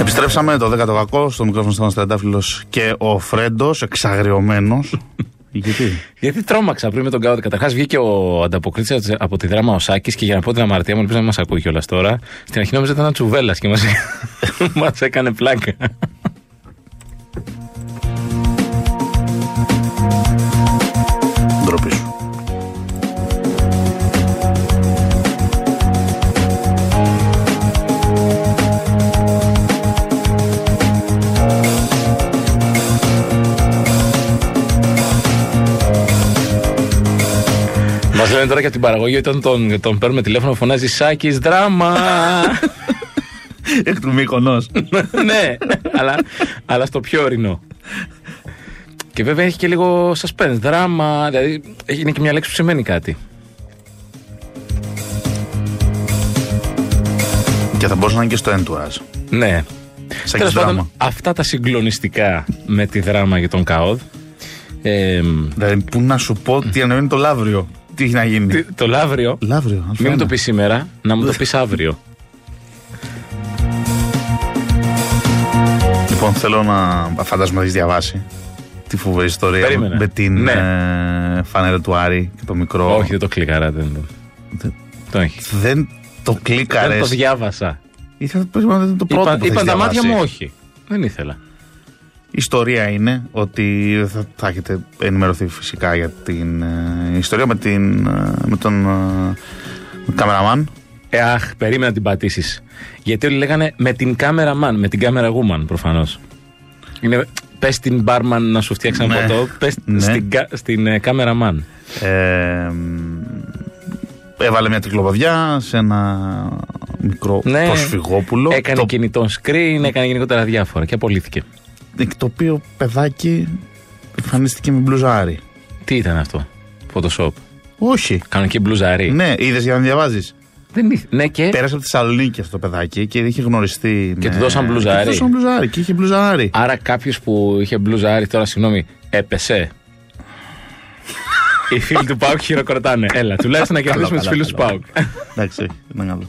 Επιστρέψαμε το 10 το κακό. Στο μικρόφωνο ήταν ο Στραντάφυλλο και ο Φρέντος, εξαγριωμένος. Γιατί. Γιατί τρόμαξα πριν με τον Κάουτ. Καταρχάς βγήκε ο ανταποκρίτης από τη δράμα ο Σάκης και για να πω την αμαρτία μου, ελπίζω να μας ακούει κιόλας τώρα. Στην αρχή νόμιζα ήταν τσουβέλας και μας έκανε πλάκα. Ντροπή σου. Μα λένε τώρα και από την παραγωγή όταν τον, τον παίρνουμε τηλέφωνο φωνάζει Σάκης δράμα. Εκ του μήκονος. ναι, αλλά, αλλά στο πιο ορεινό. Και βέβαια έχει και λίγο suspense, δράμα. Δηλαδή είναι και μια λέξη που σημαίνει κάτι. Και θα μπορούσε να είναι και στο Entourage. Ναι. Σάκης Τέλος δράμα. αυτά τα συγκλονιστικά με τη δράμα για τον Καόδ. Ε, Δηλαδή, πού να σου πω τι εννοεί το Λαύριο. Τι έχει να γίνει. το Λαύριο. Λαύριο, Μην μου α το πεις σήμερα, να μου το πεις αύριο. Λοιπόν, θέλω να. Φαντάζομαι να έχεις διαβάσει τη φοβερή ιστορία Περίμενε. με την Ναι. ε, φανέλα του Άρη και το μικρό. Όχι, δεν το κλικαρά. Δεν, το- Δεν- το έχει. Δεν το κλίκαρε. Δεν το διάβασα. Ήθελα να το πω, ήταν το πρώτο Είπα- που θα είπαν έχεις τα μάτια διαβάσει. μου όχι. Δεν ήθελα. Η ιστορία είναι ότι θα, θα έχετε ενημερωθεί φυσικά για την ε, ιστορία με, την, ε, με τον ε, καμεραμάν. Ε, αχ, περίμενα να την πατήσεις. Γιατί όλοι λέγανε με την κάμερα man, με την κάμερα woman προφανώς. Είναι πες στην barman να σου φτιάξει ένα Ναι. ποτό, πες Ναι. στην, κα- στην κάμερα man. Ε, μ, έβαλε μια τρικλοπαδιά σε ένα μικρό Ναι. προσφυγόπουλο. Έκανε το, κινητό screen, έκανε γενικότερα διάφορα και απολύθηκε. το οποίο παιδάκι εμφανίστηκε με μπλουζάρι. Τι ήταν αυτό, Photoshop. Όχι. Κανονική μπλουζαρή. Ναι, είδες για να διαβάζεις. Δεν ήθε- ναι και. Πέρασε από τη Θεσσαλονίκη αυτό το παιδάκι και είχε γνωριστεί. Και με- του δώσαν μπλουζάρι. Και του δώσαν μπλουζάρι και είχε μπλουζάρι. Άρα κάποιος που είχε μπλουζα άρη τώρα, συγγνώμη, έπεσε. Οι φίλοι του Πάουκ χειροκροτάνε. Έλα, τουλάχιστον να κερδίσουμε τους καλά, φίλους του καλά. Πάουκ. Εντάξει, ήταν καλό.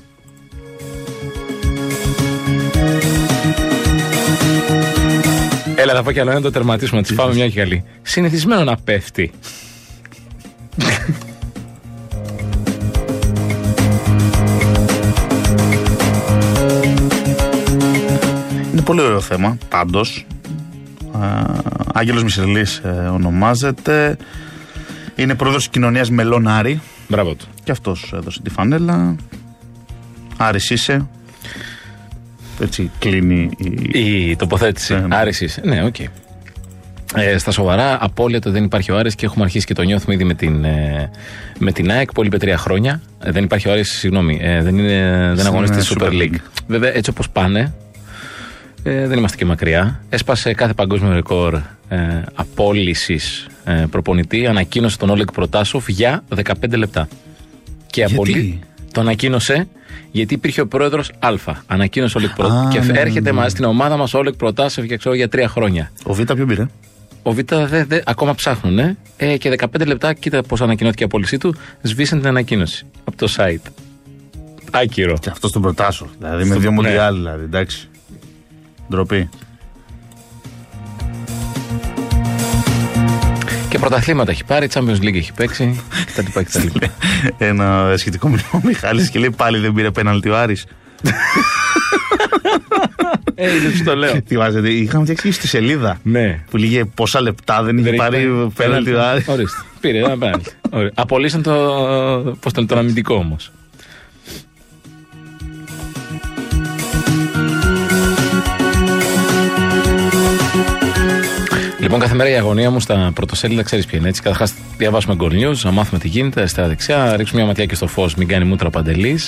Έλα, θα πω κι άλλο ένα, το τερματίσουμε, να της φάμε μια και καλή. Συνηθισμένο να πέφτει. Είναι πολύ ωραίο θέμα, Ε, πάντω. Άγγελος Μισελής ε, ονομάζεται. Είναι πρόεδρος της κοινωνίας Μελών Άρη. Μπράβο του. Και αυτός έδωσε τη φανέλα. Άρης είσαι. Έτσι κλείνει η. Η τοποθέτηση. Ναι, ναι. Άρηση. Ναι, οκ. Ε, στα σοβαρά, απόλυτα δεν υπάρχει ο Άρης και έχουμε αρχίσει και το νιώθουμε ήδη με την, ε, με την ΑΕΚ πολύ είπε τρία χρόνια. Ε, δεν υπάρχει ο Άρης, συγγνώμη, ε, δεν, είναι, δεν Στην, αγωνίζεται στη ε, Super Super League. League. Βέβαια, έτσι όπως πάνε, ε, δεν είμαστε και μακριά. Έσπασε κάθε παγκόσμιο ρεκόρ ε, απόλυσης ε, προπονητή. Ανακοίνωσε τον Όλεκ Προτάσοφ για 15 λεπτά. Και Γιατί? απολύ... Το ανακοίνωσε γιατί υπήρχε ο πρόεδρος Α. Ανακοίνωσε ο Όλεκ Προ- Α, και ναι, ναι, έρχεται ναι. μα στην ομάδα μας ο Όλεκ Προτάσεφ για ξέρω για τρία χρόνια. Ο Β' ποιο πήρε. Ο Β δε, δε, ακόμα ψάχνουν ε, ε, και 15 λεπτά, κοίτα πώς ανακοινώθηκε η απόλυσή του, σβήσαν την ανακοίνωση από το site. Άκυρο. Και αυτό τον προτάσω. Δηλαδή με Στο- δύο ναι. μοντιάλ, δηλαδή. Εντάξει. Ντροπή. Και πρωταθλήματα έχει πάρει, Champions League έχει παίξει κτλ. κτλ. Ένα σχετικό μήνυμα ο Μιχάλης και λέει πάλι δεν πήρε πέναλτι ο Άρης. ε, δεν σου το λέω. Θυμάστε, είχαμε φτιάξει και στη σελίδα ναι. που λίγε πόσα λεπτά δεν είχε Δεν έχει πάρει πέναλτι ο Άρης. Ορίστε. Πήρε ένα πέναλτι. Ωραία. Απολύσαν το. Πώς ήταν τον αμυντικό όμως. Λοιπόν, κάθε μέρα η αγωνία μου στα πρωτοσέλιδα ξέρεις ποια είναι έτσι. Καταρχάς, διαβάσουμε Goal News, να μάθουμε τι γίνεται, αριστερά-δεξιά, ρίξουμε μια ματιά και στο φως, μην κάνει μούτρα παντελή.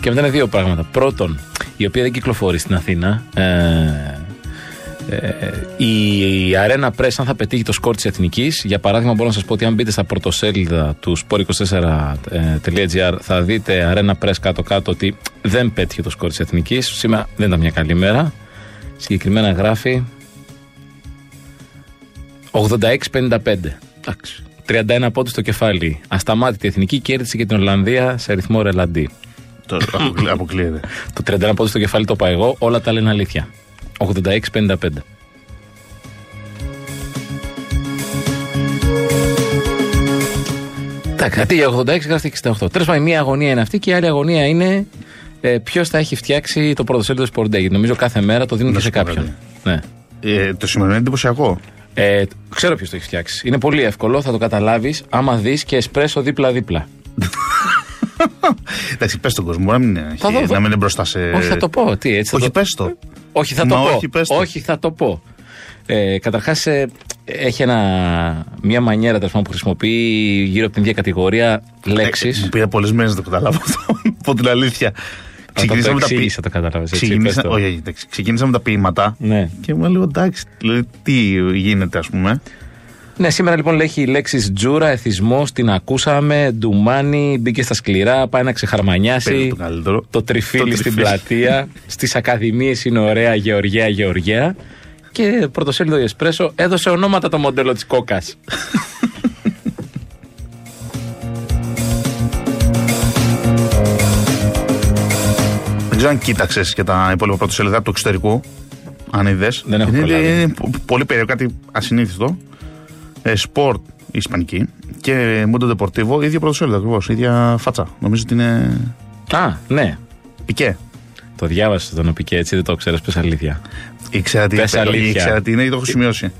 Και μετά είναι δύο πράγματα. Πρώτον, η οποία δεν κυκλοφορεί στην Αθήνα. Ε, η, η Arena Press αν θα πετύχει το σκορ της Εθνικής για παράδειγμα μπορώ να σας πω ότι αν μπείτε στα πρωτοσέλιδα του sport24.gr θα δείτε Arena Press κάτω κάτω ότι δεν πέτυχε το σκορ της Εθνικής σήμερα δεν ήταν μια καλή μέρα συγκεκριμένα γράφει 86-55 Εντάξει. 31 πόντους στο κεφάλι ασταμάτητη η Εθνική κέρδισε και την Ολλανδία σε ρυθμό ρελαντί Τώρα αποκλείεται. το 31 πόντους στο κεφάλι το πάω εγώ όλα τα λένε αλήθεια 86-55. Εντάξει, γιατί για 86 γράφτηκε και 68. Τέλος πάντων, μία αγωνία είναι αυτή και η άλλη αγωνία είναι ε, ποιος θα έχει φτιάξει το πρωτοσέλιδο του Sport Day. Γιατί Νομίζω κάθε μέρα το δίνουν Να και σου σε πω κάποιον. κάτι. Ναι. Ε, το σημερινό είναι εντυπωσιακό. Ε, ξέρω ποιος το έχει φτιάξει. Είναι πολύ εύκολο, θα το καταλάβεις άμα δεις και εσπρέσο δίπλα-δίπλα. Εντάξει, πες στον κόσμο, να μην, έχει, Θα δω, θα- να μην είναι μπροστά σε. Όχι, θα το πω. Τι, έτσι Ε, θα Όχι, το... πες το. Ε, Όχι, θα το Μα πω. όχι, πες το. όχι, θα το πω. Ε, Καταρχάς, έχει ένα, μια μανιέρα τέλος πάντων, που χρησιμοποιεί γύρω από την ίδια κατηγορία λέξει. Ε, Μου πήρε πολλές μέρες να το καταλάβω αυτό. Από την αλήθεια. το με τα ποι- εξήγησα, το κατάλαβες, έτσι, Ξεκινήσα- πες το. όχι, όχι, εντάξει, ξεκίνησα με τα ποίηματα. Ναι. Και μου έλεγε εντάξει, δηλαδή, τι γίνεται, ας πούμε. ναι, σήμερα λοιπόν έχει λέξεις τζούρα, εθισμός, την ακούσαμε, ντουμάνι, μπήκε στα σκληρά, πάει να ξεχαρμανιάσει. Παίρνει το καλύτερο. το τριφύλι Το στην τριφύλι. πλατεία, στις ακαδημίες είναι ωραία, Γεωργία, Γεωργία. Και πρωτοσέλιδο η Εσπρέσο έδωσε ονόματα το μοντέλο της κόκας. Δεν ξέρω αν κοίταξες και τα υπόλοιπα πρωτοσέλιδα του εξωτερικού. Αν είδες. Δεν έχω είναι, προλάβει. είναι πο- πολύ περίεργο, κάτι ασυνήθιστο. Ε, σπορτ Ισπανική και Mundo Deportivo, ίδιο πρωτοσέλιδο ακριβώς, ίδια φάτσα. Νομίζω ότι είναι Α, ναι. πικέ. Το διάβασες τον οπικέ, έτσι δεν το ξέρεις, πες αλήθεια. Ήξερα τι, Πες αλήθεια. ήξερα τι είναι και το έχω σημειώσει.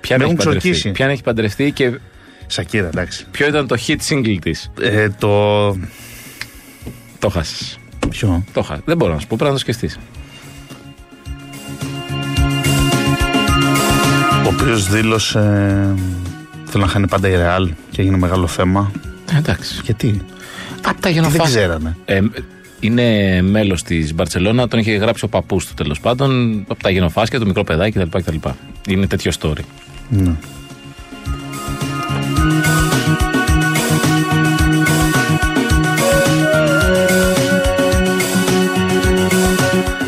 Ποιαν Με έχει, έχουν παντρευτεί, ξορκίσει. ποιαν έχει παντρευτεί και Σακύρα, εντάξει. ποιο ήταν το hit single της. Ε, το. Το χάσεις. Ποιο. Το χάσε. Δεν μπορώ να σου πω, πρέπει να το σκεφτείς. Ο οποίος δήλωσε. ε, Θέλω να χάνει πάντα η Ρεάλ και έγινε μεγάλο θέμα. Ε, Εντάξει. Γιατί. Απ' τα για να Δεν φας. ξέρανε. Ε, είναι μέλος της Μπαρσελόνα, τον είχε γράψει ο παππούς του τέλος πάντων, από τα γενοφάσκια, το μικρό παιδάκι κτλ. κτλ. Είναι τέτοιο story. Ναι.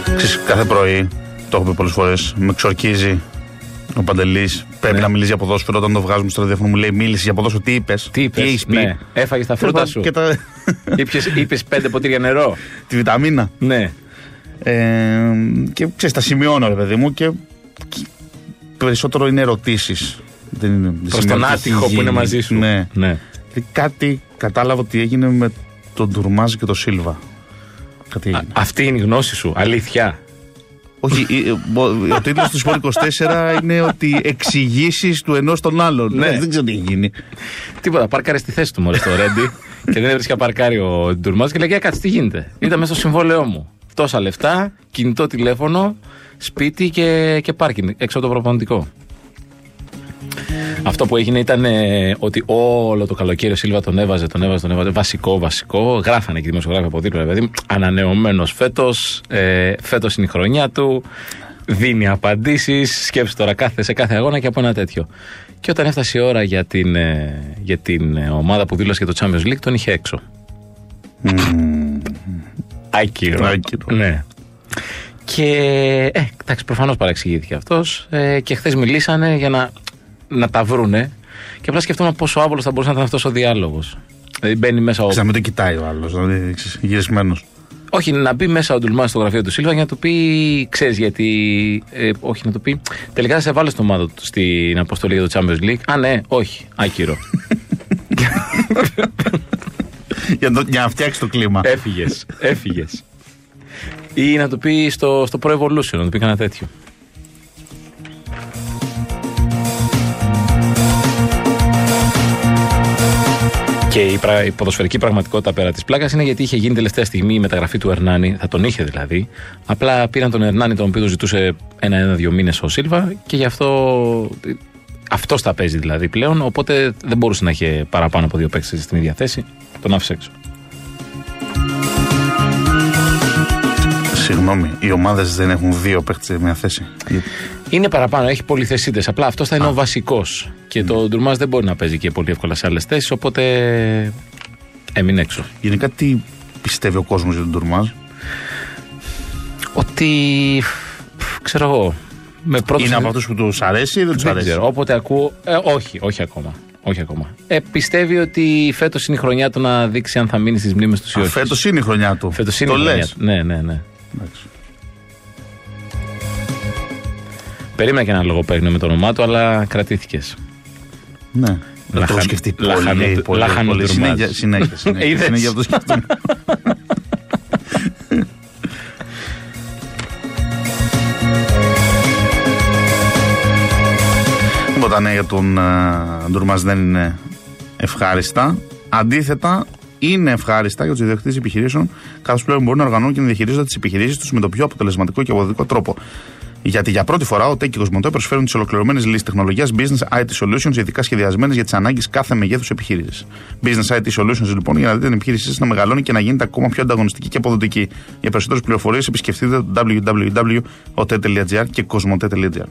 Ξέρεις, κάθε πρωί, το έχω πει πολλές φορές, με ξορκίζει ο Παντελής. Πρέπει να μιλήσει για ποδόσφαιρο. Όταν το βγάζουμε στο ραδιόφωνο, μου λέει μίλησε για ποδόσφαιρο. Τι είπες, Τι είπες, έχεις πει. ναι. Έφαγες τα φρούτα σου. Και τα, Είπε πέντε ποτήρια νερό. τη βιταμίνα. Ναι. Ε, και ξέρεις, τα σημειώνω, ρε παιδί μου, και, και περισσότερο είναι ερωτήσεις. Προς τον άτυχο που είναι μαζί σου. Ναι. ναι. Δηλαδή Κάτι κατάλαβα ότι έγινε με τον Τουρμάζ και τον Σίλβα. Κάτι έγινε. Αυτή είναι η γνώση σου. Αλήθεια. Όχι, ε, ε, μπο- ο τίτλος του Σπορ 24 είναι ότι εξηγήσεις του ενός τον άλλον. Ναι. Δεν ξέρω τι έχει γίνει. Τίποτα. Πάρκαρες στη θέση του μόλις το Ρέντι και δεν έβρισκα παρκάρι ο Ντουρμάς και λέγε «Ε, Κάτσε τι γίνεται. Ήταν μέσα στο συμβόλαιό μου. Τόσα λεφτά, κινητό τηλέφωνο, σπίτι και, και πάρκινγκ έξω από το προπονητικό. Αυτό που έγινε ήταν ε, ότι όλο το καλοκαίρι ο Σίλβα τον έβαζε, τον έβαζε, τον έβαζε. Βασικό, βασικό. Γράφανε και οι δημοσιογράφοι από δίπλα. Δηλαδή, ανανεωμένος φέτος. Ε, φέτος είναι η χρονιά του. Δίνει απαντήσεις. Σκέψεις τώρα κάθε, σε κάθε αγώνα και από ένα τέτοιο. Και όταν έφτασε η ώρα για την, ε, για την ε, ομάδα που δήλωσε για το Champions League, τον είχε έξω. Άκυρο. Άκυρο. Ναι. Και ε, εντάξει, προφανώς παρεξηγήθηκε αυτός. Ε, και χθες μιλήσανε για να, να τα βρούνε. Και απλά σκεφτόμουν πόσο άβολος θα μπορούσε να ήταν αυτός ο διάλογος. Δηλαδή μπαίνει μέσα ο. Ξέρεις, Να μην το κοιτάει ο άλλος, δηλαδή γυρισμένος. Όχι, να μπει μέσα ο Ντουλμάς στο γραφείο του Σίλβα για να του πει, ξέρεις γιατί. ε, όχι, να του πει. Τελικά θα σε βάλω στο ομάδα του στην αποστολή για το Champions League. Α, ναι, όχι, άκυρο. για, να το- για να φτιάξει το κλίμα. Έφυγες. Έφυγες. Ή να το πει στο, στο Pro Evolution, να το πει κανένα τέτοιο. Και η, πρα- η ποδοσφαιρική πραγματικότητα πέρα της πλάκας είναι γιατί είχε γίνει τελευταία στιγμή η μεταγραφή του Ερνάνη. Θα τον είχε δηλαδή. Απλά πήραν τον Ερνάνη, τον οποίο το ζητούσε ένα-ένα-δύο μήνες ο Σίλβα και γι' αυτό. Αυτός τα παίζει δηλαδή πλέον. Οπότε δεν μπορούσε να είχε παραπάνω από δύο παίξει στην ίδια θέση. Τον άφησε έξω. Συγγνώμη, οι ομάδες δεν έχουν δύο παίχτε σε μια θέση. Γιατί- Είναι παραπάνω, έχει πολυθεσίτε. Απλά αυτό θα είναι ο βασικός. Και το Ντουρμά δεν μπορεί να παίζει και πολύ εύκολα σε άλλες θέσεις, οπότε έμεινε έξω. Γενικά, τι πιστεύει ο κόσμος για τον Τουρμάζ. Ότι. φ, ξέρω εγώ. Με πρώτο Είναι από αυτούς που τους αρέσει ή ε. δεν τους δεν αρέσει. ξέρω. Όποτε ακούω. Ε, όχι, όχι ακόμα. Όχι ακόμα. Ε, πιστεύει ότι φέτος είναι η χρονιά του να δείξει αν θα μείνει στις μνήμες τους ή όχι. Φέτος είναι η χρονιά του. Φέτος είναι το η χρονιά λες. του. Ναι, ναι, ναι. Εντάξει. Περίμενα και ένα λογοπαίγνιο με το όνομά του, αλλά κρατήθηκες. Ναι. Να το Λαχανο- έχω σκεφτεί λαχανο- πολύ, πολύ, λαχανο- πολύ. ντουρμάτς. Συνέχεια, συνέχεια, συνέχεια. Είδες. συνέχεια αυτό σκεφτόμουν. Τίποτα νέα για τον ε, Ντουρμάς δεν είναι ευχάριστα. Αντίθετα, είναι ευχάριστα για τους ιδιοκτήτες επιχειρήσεων, καθώς πλέον μπορούν να οργανώνουν και να διαχειρίζονται τις επιχειρήσεις τους με τον πιο αποτελεσματικό και αποδοτικό τρόπο. Γιατί για πρώτη φορά ο ΤΕΚ και η Κοσμοτέ προσφέρουν τις ολοκληρωμένες λύσεις τεχνολογίας Business IT Solutions, ειδικά σχεδιασμένες για τις ανάγκες κάθε μεγέθους επιχείρησης. Business IT Solutions, λοιπόν, για να δείτε την επιχείρησή σας να μεγαλώνει και να γίνεται ακόμα πιο ανταγωνιστική και αποδοτική. Για περισσότερες πληροφορίες επισκεφτείτε το www.ote.gr και κοσμοτέ.gr.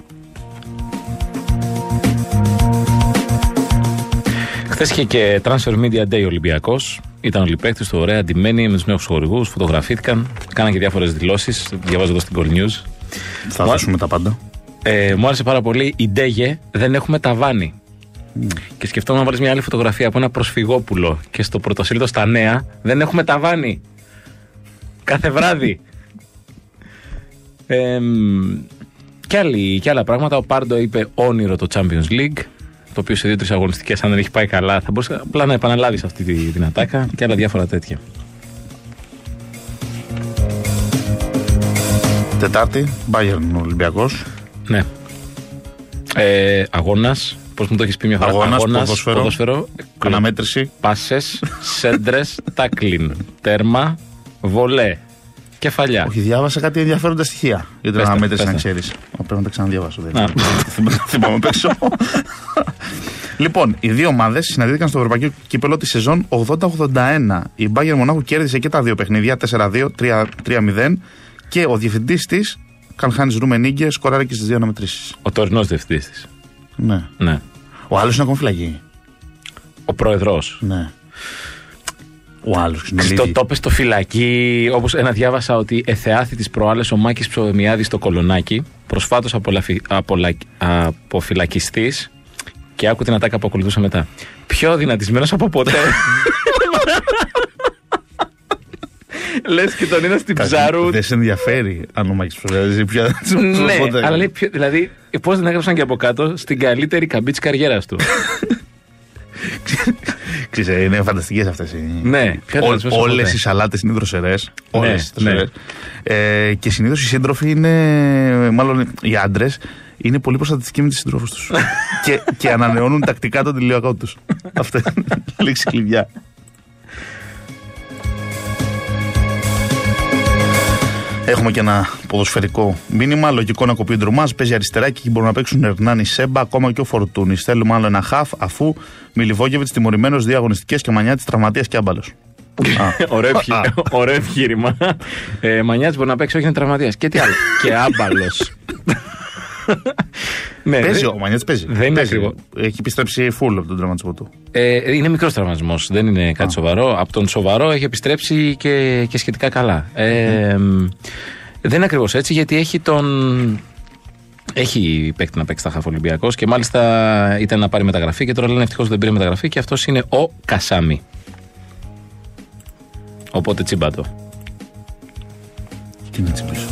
Χθες είχε και Transfer Media Day Ολυμπιακός. Ήταν Ολυμπιακό, του ωραία, ντυμένοι με τους νέους χορηγούς, φωτογραφήθηκαν, κάναν και διάφορες δηλώσεις. Διαβάζω εδώ στην Call News. Θα Μα- δώσουμε τα πάντα. Ε, μου άρεσε πάρα πολύ η Ντέγε, δεν έχουμε ταβάνι. Και σκεφτόμουν να βάλεις μια άλλη φωτογραφία από ένα προσφυγόπουλο και στο πρωτοσύλλογο στα νέα δεν έχουμε ταβάνι. Κάθε βράδυ. ε, μ, και, άλλοι- και άλλα πράγματα. Ο Πάρντο είπε όνειρο το Champions League. Το οποίο σε δύο-τρει αγωνιστικές, αν δεν έχει πάει καλά, θα μπορούσε απλά να επαναλάβεις αυτή τη, την ατάκα και άλλα διάφορα τέτοια. Τετάρτη, Bayern Ολυμπιακός. Ναι. Ε, αγώνας. Πώς μου το έχεις πει μια φορά. Αγώνας, Αγώνας, ποδόσφαιρο. ποδόσφαιρο κλο- Αναμέτρηση. Πάσες, σέντρες, τάκλιν. Τέρμα, βολέ. Κεφαλιά. Όχι, διάβασα κάτι ενδιαφέροντα στοιχεία για την Πες τα, αναμέτρηση, πες να τα. ξέρεις. Πρέπει να τα ξαναδιαβάσω. Δεν Να. θυμάμαι- θυμάμαι απ' έξω. Λοιπόν, οι δύο ομάδες συναντήθηκαν στο Ευρωπαϊκό Κύπελο τη σεζόν 80-81. Η Bayern Μονάχου κέρδισε και τα δύο παιχνίδια, 4-2, 3-0. Και ο διευθυντής της, Καλχάνης Ρουμενίγκε, σκοράρε και στις δύο αναμετρήσεις. Ο τωρινός διευθυντής της. Ναι. Ναι. Ο άλλος είναι ακόμα φυλακή. Ο πρόεδρος. Ναι. Ο άλλος. Στο τόπες στο φυλακή, όπως ένα διάβασα ότι εθεάθη της προάλλες ο Μάκης Ψωμιάδης στο Κολονάκι, προσφάτως αποφυλακιστής. Και άκου την ατάκα που ακολουθούσε μετά. Πιο δυνατισμένος από ποτέ. Λες και τον είδα στην ψαρού. Δεν σε ενδιαφέρει αν ο Μάκης Ψοβιάδη πια. ναι, Οπότε- αλλά λέει, πιο- δηλαδή, πώς την έγραψαν και από κάτω στην καλύτερη καμπή της καριέρας του. Ξέρεις, ε, είναι φανταστικές αυτές οι. Ναι, πιο δεσμεύσεις Όλε ποτέ. οι σαλάτες είναι δροσερές. Ναι, Όλες ναι. Ε, και συνήθως οι σύντροφοι είναι. Μάλλον οι άντρες είναι πολύ προστατευτικοί με τους συντρόφου τους. και, και ανανεώνουν τακτικά τον τηλεοακό του. Αυτό είναι λέξη κλειδιά. Έχουμε και ένα ποδοσφαιρικό μήνυμα. Λογικό να κοπεί ο Ντρουμά. Παίζει αριστερά και εκεί μπορούν να παίξουν Ερνάνη Σέμπα, ακόμα και ο Φορτούνης. Θέλουμε άλλο ένα χαφ, αφού Μιλιβόγεβιτ τιμωρημένος δύο αγωνιστικές και μανιά τη τραυματίας και άμπαλος. Ωραίο, ευχή- Α. ωραίο ευχήρημα. Ε, Μανιάτς μπορεί να παίξει, όχι είναι τραυματίας. Και τι άλλο. και άμπαλος. ναι, Παίζει δε- ο Μανιά, παίζει. δεν είναι Παίζει. ακριβό. Έχει επιστρέψει full από τον τραυματισμό του. ε, είναι μικρός τραυματισμός. Δεν είναι κάτι σοβαρό. Από τον σοβαρό έχει επιστρέψει και, και σχετικά καλά. Ε, μ, Δεν είναι ακριβώς έτσι, γιατί έχει τον. Έχει παίκτη να παίξει τα χαφ Ολυμπιακός και μάλιστα ήταν να πάρει μεταγραφή και τώρα λένε ευτυχώς δεν πήρε μεταγραφή και αυτός είναι ο Κασάμι. Οπότε τσίμπατο. Τι είναι έτσι πίσω.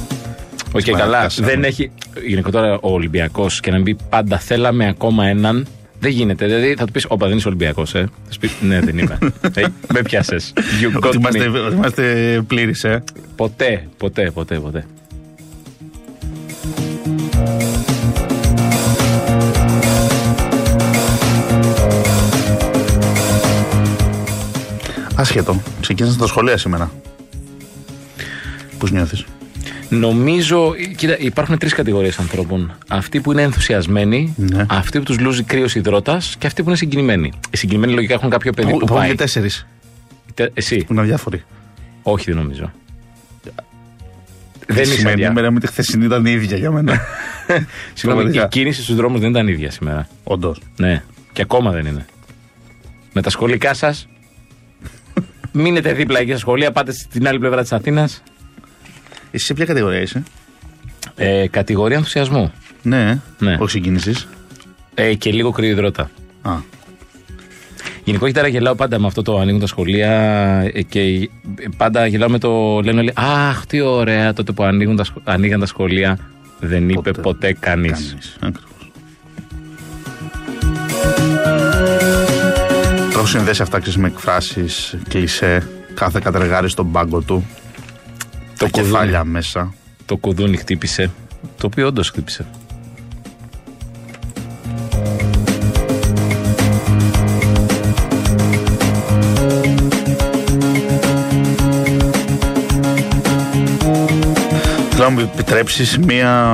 Οκ, Της καλά. Παναθηναϊκός, Δεν ναι. έχει. Γενικότερα ο Ολυμπιακός και να μην πει πάντα θέλαμε ακόμα έναν. Δεν γίνεται. Δηλαδή θα του πεις: Όπα, δεν είσαι Ολυμπιακός, ε. Θα σου πεις: Ναι, δεν είμαι. ε, με πιάσες. You got Ότι είμαστε, me. ότι είμαστε πλήρεις, ε. Ποτέ, ποτέ, ποτέ, ποτέ. Ασχέτο. Ξεκίνησαν τα σχολεία σήμερα. Πώς νιώθεις. Νομίζω, κοίτα, υπάρχουν τρεις κατηγορίες ανθρώπων. Αυτοί που είναι ενθουσιασμένοι, Ναι. αυτοί που τους λούζει κρύος υδρότας και αυτοί που είναι συγκινημένοι. Οι συγκινημένοι λογικά έχουν κάποιο παιδί που πάει. και τέσσερις Τε- Εσύ. που είναι αδιάφοροι. Όχι, δεν νομίζω. Δεν Η είσαι σημερινή αδιά. μέρα με τη χθεσινή ήταν η ίδια για μένα. Συγγνώμη, η Πραγματικά. κίνηση στους δρόμους δεν ήταν ίδια σήμερα. Όντως. Ναι, και ακόμα δεν είναι. Με τα σχολικά σας, μείνετε δίπλα εκεί στα σχολεία, πάτε στην άλλη πλευρά της Αθήνας. Εσύ σε ποια κατηγορία είσαι. Ε, κατηγορία ενθουσιασμού. Ναι, Ναι. όχι συγκίνηση. Ε, και λίγο κρύο υδρότα. Α, Γενικότερα γελάω πάντα με αυτό το ανοίγουν τα σχολεία ε, και ε, πάντα γελάω με το λένε όλοι Αχ, τι ωραία τότε που ανοίγουν τα, σχο- ανοίγαν τα σχολεία. δεν είπε ποτέ κανείς. Κανείς. Ακριβώς. Τα έχω συνδέσει αυτά ξέρεις, με εκφράσεις κλισέ. Κάθε κατεργάρι στον πάγκο του. Το τα κεφάλια κουδούνι, μέσα. το κουδούνι χτύπησε. Το οποίο όντως χτύπησε. Θέλω να μου επιτρέψεις μία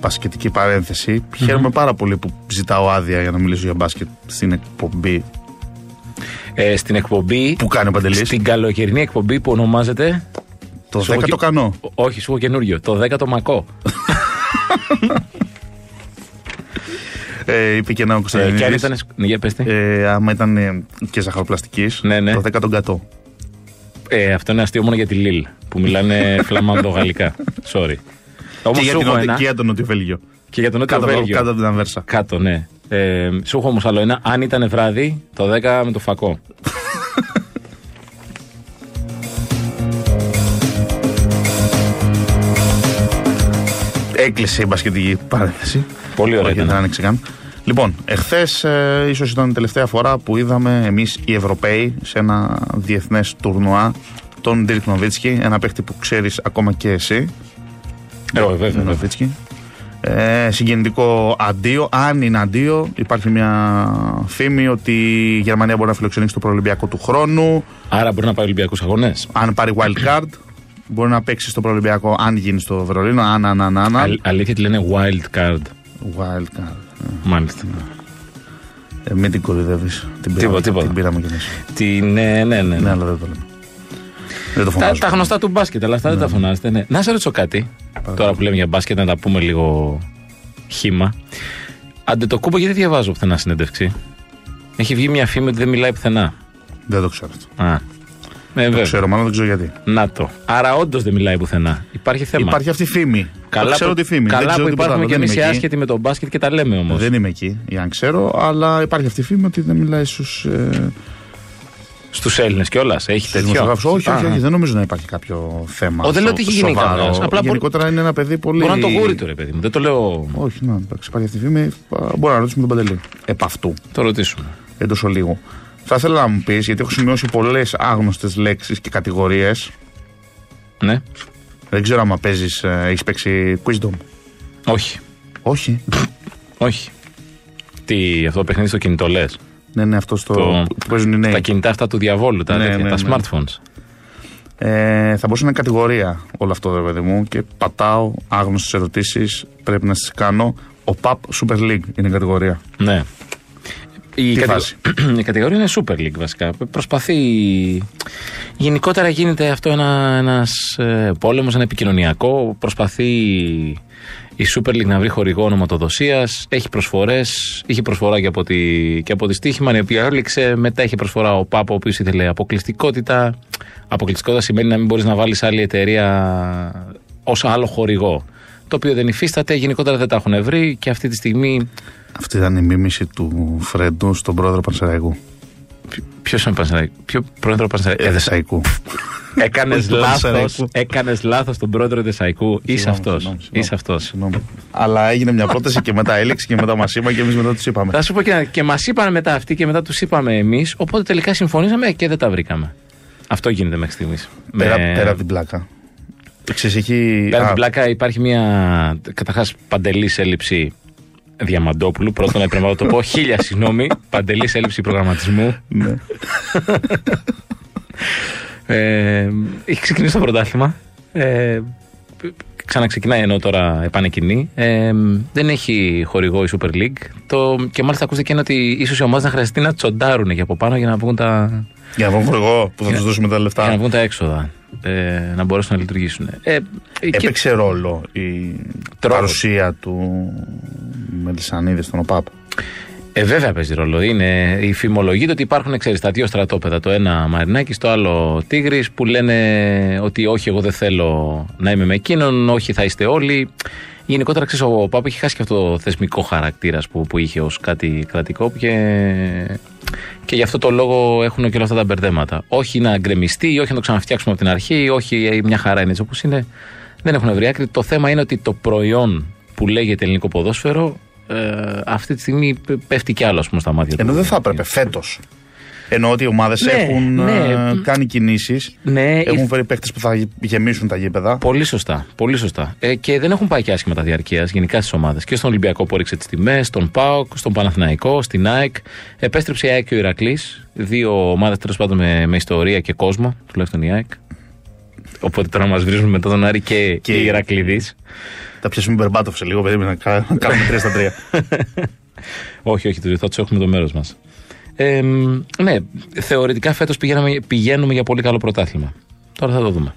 μπασκετική παρένθεση. Χαίρομαι πάρα πολύ που ζητάω άδεια για να μιλήσω για μπάσκετ στην εκπομπή Ε, στην εκπομπή. που κάνει ο Παντελής. Στην καλοκαιρινή εκπομπή που ονομάζεται. Το Σου 10 έχω το και- κανό. Ο- Όχι, σου έχω καινούριο. Το 10ο μακό. Ε, είπε και ένα ο Ε, και αν Κωνσταντινίδη. ήταν. σκ- Ναι, για πες τι. Ε, άμα ήταν ε, και ζαχαροπλαστικής, Ναι, ναι. το 10 τον κατώ. Ε, αυτό είναι αστείο μόνο για τη Λίλ που μιλάνε φλαμανδογαλλικά. Sorry. Όμως Και για σου την έχω ένα. Οδικία τον Νότιο Βέλγιο. Και για τον Νότιο Κάτω, από- Βέλγιο. κάτω από την Ανβέρσα. Κάτω, ναι. Ε, σου έχω όμως άλλο ένα. Αν ήταν βράδυ, το 10 με το φακό. Έκλεισε η μπασκετική παρένθεση. Πολύ ωραία Όχι, ήταν. δεν άνοιξε καν. Λοιπόν, εχθές ε, ίσως ήταν η τελευταία φορά που είδαμε εμείς οι Ευρωπαίοι σε ένα διεθνές τουρνουά τον Ντίρκ Νοβίτσκι, ένα παίχτη που ξέρεις ακόμα και εσύ. Ε, βέβαια, ναι. βέβαια. Νοβίτσκι. Ε, συγκινητικό αντίο. Αν είναι αντίο, υπάρχει μια φήμη ότι η Γερμανία μπορεί να φιλοξενήσει το προελπιακό του χρόνου. Άρα μπορεί να πάει Ολυμπιακούς αγώνε. Αν πάρει wild card, μπορεί να παίξει στο προελπιακό αν γίνει στο Βερολίνο. Αν, αν, αν, αν. αν. αλήθεια τη λένε wild card. Wild card. Μάλιστα. Ναι. Ε, μην την κορυδεύει. Την, Τίποτα, πήραμε- τίποτα. την πήραμε κι εμείς. Τι, ναι, ναι, ναι. Ναι, αλλά δεν το λέμε. Δεν το Τα, φωνάζω. τα γνωστά του μπάσκετ, αλλά αυτά δεν τα φωνάζετε. Ναι. Να σε ρωτήσω κάτι. Τώρα που λέμε για μπάσκετ, να τα πούμε λίγο χήμα. Αντε το κούμπο, γιατί δεν διαβάζω πουθενά συνέντευξη. Έχει βγει μια φήμη ότι δεν μιλάει πουθενά. Δεν το ξέρω αυτό. Α. Ναι, Το βέβαια. ξέρω, μάλλον δεν ξέρω γιατί. Να το. Άρα όντως δεν μιλάει πουθενά. Υπάρχει θέμα. Υπάρχει αυτή η φήμη. το ξέρω που, τη φήμη. δεν Καλά ξέρω που τίποτα υπάρχουν άλλο. και Δεν εμεί είμαι εκεί. άσχετοι με τον μπάσκετ και τα λέμε όμως. Δεν είμαι εκεί, ή αν ξέρω, αλλά υπάρχει αυτή η φήμη ότι δεν μιλάει στους ε, Στους Έλληνες κιόλας. Έχει στους τέτοιο. δημοσιογράφους. Όχι, όχι, Α, όχι, δεν νομίζω να υπάρχει κάποιο θέμα. Ο, δεν λέω σο- ότι έχει γίνει σοβαρό. κανένας. Απλά Γενικότερα είναι ένα παιδί πολύ. Μπορεί να το γούρι του ρε παιδί μου. Δεν το λέω. Όχι, να εντάξει, υπάρχει αυτή η φήμη. α, Μπορώ να ρωτήσουμε τον Παντελή. Επ' αυτού, Το ρωτήσουμε. εντός ολίγου. Θα ήθελα να μου πεις, γιατί έχω σημειώσει πολλές άγνωστες λέξεις και κατηγορίες. Ναι. Δεν ξέρω αν παίζει, έχεις παίξει Quizdom. Όχι. Όχι. Όχι. Τι, αυτό το παιχνίδι στο κινητό λες. ναι, ναι, αυτό στο. Το- που παίζουν οι νέοι. Τα κινητά αυτά του διαβόλου, τα, Ναι, τέτοια, ναι, τα ναι. smartphones. Ε, θα μπορούσε να είναι κατηγορία όλο αυτό, ρε παιδί μου. Και πατάω άγνωστες ερωτήσεις. Πρέπει να τις κάνω. Ο ΠΑΠ Super League είναι η κατηγορία. Ναι. Η, Τι κατηγο- φάση? η κατηγορία είναι Super League βασικά. Προσπαθεί. Γενικότερα γίνεται αυτό ένα ένας, ε, πόλεμος, ένα επικοινωνιακό. Προσπαθεί η Super League να βρει χορηγό ονοματοδοσίας. Έχει προσφορές, Είχε προσφορά και από τη, και από τη Στίχημαν, η οποία έληξε. Μετά είχε προσφορά ο Πάπο, ο οποίος ήθελε αποκλειστικότητα. Αποκλειστικότητα σημαίνει να μην μπορείς να βάλεις άλλη εταιρεία ως άλλο χορηγό. Το οποίο δεν υφίσταται. Γενικότερα δεν τα έχουν βρει και αυτή τη στιγμή Αυτή ήταν η μίμηση του Φρέντου στον πρόεδρο Πανσεραϊκού. Ποιος είναι Πανσεραϊκό. Ποιο πρόεδρο ε, Πανσεραϊκού. Εδεσαϊκού. Έκανε του λάθος. Πανσεραϊκού. Έκανες λάθος τον πρόεδρο Δεσαϊκού. Είσαι Συγγνώμη, αυτός. συγγνώμη, συγγνώμη. Είσαι αυτός. Συγγνώμη. Αλλά έγινε μια πρόταση και μετά έλεξε και μετά μας είπα και εμείς μετά τους είπαμε. Θα σου πω και, ένα- και μας είπαν μετά αυτοί και μετά τους είπαμε εμείς. Οπότε τελικά συμφωνήσαμε και δεν τα βρήκαμε. Αυτό γίνεται μέχρι στιγμής. Πέρα, πέρα από την πλάκα. Ξέρεις, έχει... Ναι. Πέρα από Α, την πλάκα υπάρχει μια καταρχάς παντελής έλλειψη Διαμαντόπουλου. Πρώτον, έπρεπε να το πω. Χίλια συγγνώμη. Παντελής έλλειψη προγραμματισμού. ναι. Ε, έχει ξεκινήσει το πρωτάθλημα. Ε, ξαναξεκινάει ενώ τώρα επανεκκινεί. Ε, δεν έχει χορηγό η Super League. Το, και μάλιστα ακούστε και ένα ότι ίσως οι ομάδες να χρειαστεί να τσοντάρουν και από πάνω για να βγουν τα, Για να βγω εγώ που θα τους δώσουμε τα για να λεφτά. βγουν τα έξοδα. Ε, να μπορέσουν να λειτουργήσουν. Ε, και- Έπαιξε ρόλο η Τρόπος. παρουσία του Μελισανίδης στον ΟΠΑΠ. Ε, βέβαια παίζει ρόλο. Είναι η φημολογία ότι υπάρχουν ξέρεις, τα δύο στρατόπεδα. Το ένα Μαρινάκι, το άλλο Τίγρης, που λένε ότι όχι, εγώ δεν θέλω να είμαι με εκείνον, όχι, θα είστε όλοι. Γενικότερα, ξέρεις, ο Πάπα έχει χάσει και αυτό το θεσμικό χαρακτήρα που, που είχε ως κάτι κρατικό και, και γι' αυτό το λόγο έχουν και όλα αυτά τα μπερδέματα. Όχι να γκρεμιστεί, όχι να το ξαναφτιάξουμε από την αρχή, όχι ε, μια χαρά είναι έτσι όπως είναι. δεν έχουν βρει άκρη. Το θέμα είναι ότι το προϊόν που λέγεται ελληνικό ποδόσφαιρο ε, αυτή τη στιγμή πε- πέφτει κι άλλο ας πούμε, στα μάτια Ενώ του. δεν θα έπρεπε φέτος. Ενώ ότι οι ομάδες Ναι, έχουν ναι. ε, κάνει κινήσεις. Ναι, Έχουν ήρθε- φέρει παίχτε που θα γεμίσουν τα γήπεδα. Πολύ σωστά. Πολύ σωστά. Ε, και δεν έχουν πάει και άσχημα τα διαρκείας γενικά στις ομάδες. Και στον Ολυμπιακό που έριξε τις τιμές, στον ΠΑΟΚ, στον Παναθηναϊκό, στην ΑΕΚ. Επέστρεψε η ΑΕΚ και ο Ηρακλής. Δύο ομάδες τέλος πάντων με, με ιστορία και κόσμο, τουλάχιστον η ΑΕΚ. Οπότε τώρα μας βρίζουν μετά τον Άρη και, Και- και... η Ηρακλήδης. Θα πιάσουμε Μπερμπάτοφ σε λίγο, παιδί μου, να κα- να κάνουμε 3 στα 3. Όχι, όχι, θα του έχουμε το μέρος μας. Ε, μ, ναι, θεωρητικά φέτος πηγαίνουμε για πολύ καλό πρωτάθλημα. Τώρα θα το δούμε.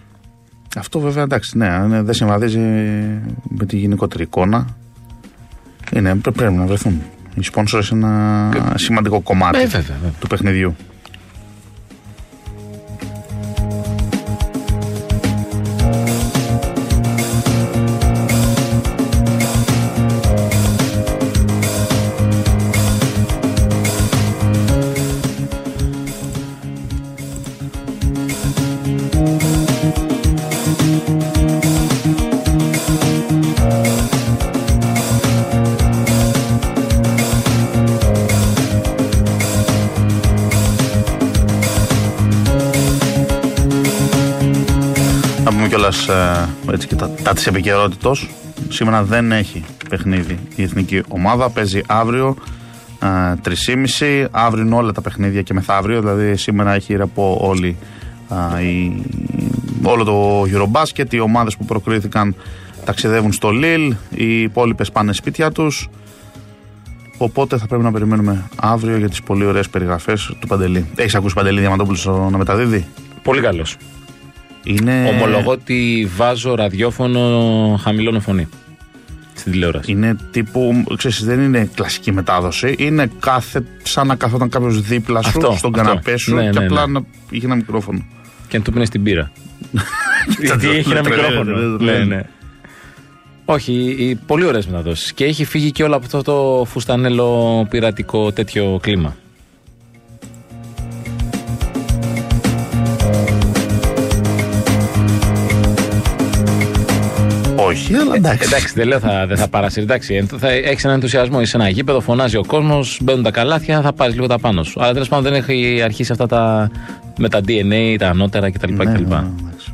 Αυτό βέβαια εντάξει, ναι, αν δεν συμβαδίζει με τη γενικότερη εικόνα. Είναι, πρέ- πρέπει να βρεθούν. Οι σπόνσορε είναι ένα σημαντικό κομμάτι Ε, βέβαια, βέβαια. του παιχνιδιού. Να πούμε κιόλας έτσι και τα, τα της επικαιρότητος. Σήμερα δεν έχει παιχνίδι η εθνική ομάδα. Παίζει αύριο ε, 3.30. Αύριο είναι όλα τα παιχνίδια και μεθαύριο. Δηλαδή σήμερα έχει ρεπό όλη, ε, η, όλο το Eurobasket. Οι ομάδες που προκρίθηκαν ταξιδεύουν στο Λίλ. Οι υπόλοιπες πάνε σπίτια τους. Οπότε θα πρέπει να περιμένουμε αύριο για τις πολύ ωραίες περιγραφές του Παντελή. Έχεις ακούσει Παντελή Διαμαντόπουλο στο- να μεταδίδει. Πολύ καλό. Είναι... Ομολογώ ότι βάζω ραδιόφωνο χαμηλώνω φωνή στην τηλεόραση. Είναι τύπου, ξέρεις, δεν είναι κλασική μετάδοση. Είναι κάθε, σαν να καθόταν κάποιος δίπλα σου, Αυτό, στον αυτό. καναπέ σου Ναι, και ναι, ναι. απλά να είχε ένα μικρόφωνο. Και να του πίνει την πύρα. Γιατί έχει ένα Τρελαίνεται, μικρόφωνο. δεν Ναι, τρελαίνεται. ναι. Όχι, οι- οι- πολύ ωραίες μεταδόσεις. Και έχει φύγει και όλο από αυτό το φουστανέλο πειρατικό τέτοιο κλίμα. Όχι, αλλά εντάξει. ναι. Εντάξει, δεν λέω θα, δεν θα παρασύρει. Εντάξει, εν- θα έχεις έναν ενθουσιασμό, είσαι ένα γήπεδο, φωνάζει ο κόσμος, μπαίνουν τα καλάθια, θα πάρεις λίγο τα πάνω σου. Αλλά τέλος πάντων δεν έχει αρχίσει αυτά τα, με τα DNA, τα ανώτερα κτλ. Ναι, κτλ. ναι, ναι, εντάξει.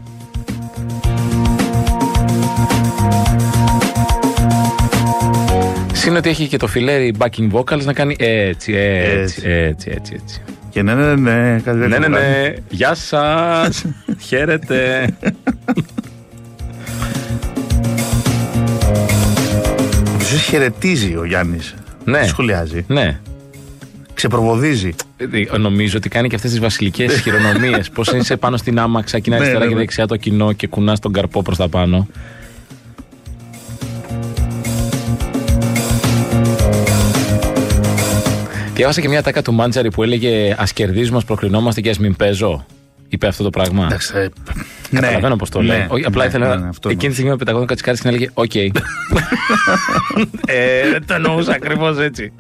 Συν ότι έχει και το φιλέρι backing vocals να κάνει έτσι, έτσι, Έτσι. έτσι, έτσι. έτσι. Και ναι, ναι, ναι, κάτι τέτοιο Ναι, ναι, πράγμα. ναι. Γεια σας. Χαίρετε. Ουσίες χαιρετίζει ο Γιάννης. Ναι. Σχολιάζει. ναι. Ξεπροβοδίζει. Ε, Νομίζω ότι κάνει και αυτές τις βασιλικές χειρονομίες. Πώς είσαι πάνω στην άμαξα, κοινά Ναι, αριστερά ναι, και ναι. δεξιά το κοινό και κουνάς τον καρπό προς τα πάνω. Διάβασα και μια τάκα του Μάντζαρη που έλεγε Ας κερδίζουμε, ας προκρινόμαστε και ας μην παίζω. Είπε αυτό το πράγμα. Εντάξει. ε, ναι. Καταλαβαίνω πώς το Ναι, λέει. Όχι, απλά ναι, ήθελα ναι, να. ναι, αυτό εκείνη τη στιγμή με πεταγόταν κατσικάρι και να έλεγε Οκ. ε, δεν το εννοούσα ακριβώς έτσι.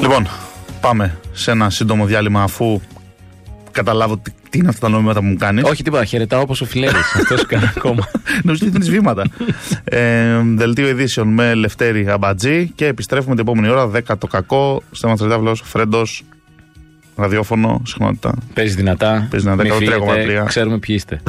Λοιπόν, πάμε σε ένα σύντομο διάλειμμα αφού καταλάβω τι, τι είναι αυτά τα νόηματα που μου κάνεις. Ε, Όχι τίποτα, χαιρετάω όπως ο Φιλέρη. Αυτό κάνει ακόμα. Νομίζω ότι δίνει βήματα. ε, δελτίο ειδήσεων με Λευτέρη Αμπατζή και επιστρέφουμε την επόμενη ώρα. 10 το κακό. Στέμας Τρεντάβλο, Φρέντος. Ραδιόφωνο, συχνότητα. Παίζει δυνατά. Παίζει δυνατά, μη κάνω φύγετε, 3,3. Ξέρουμε ποιοι είστε.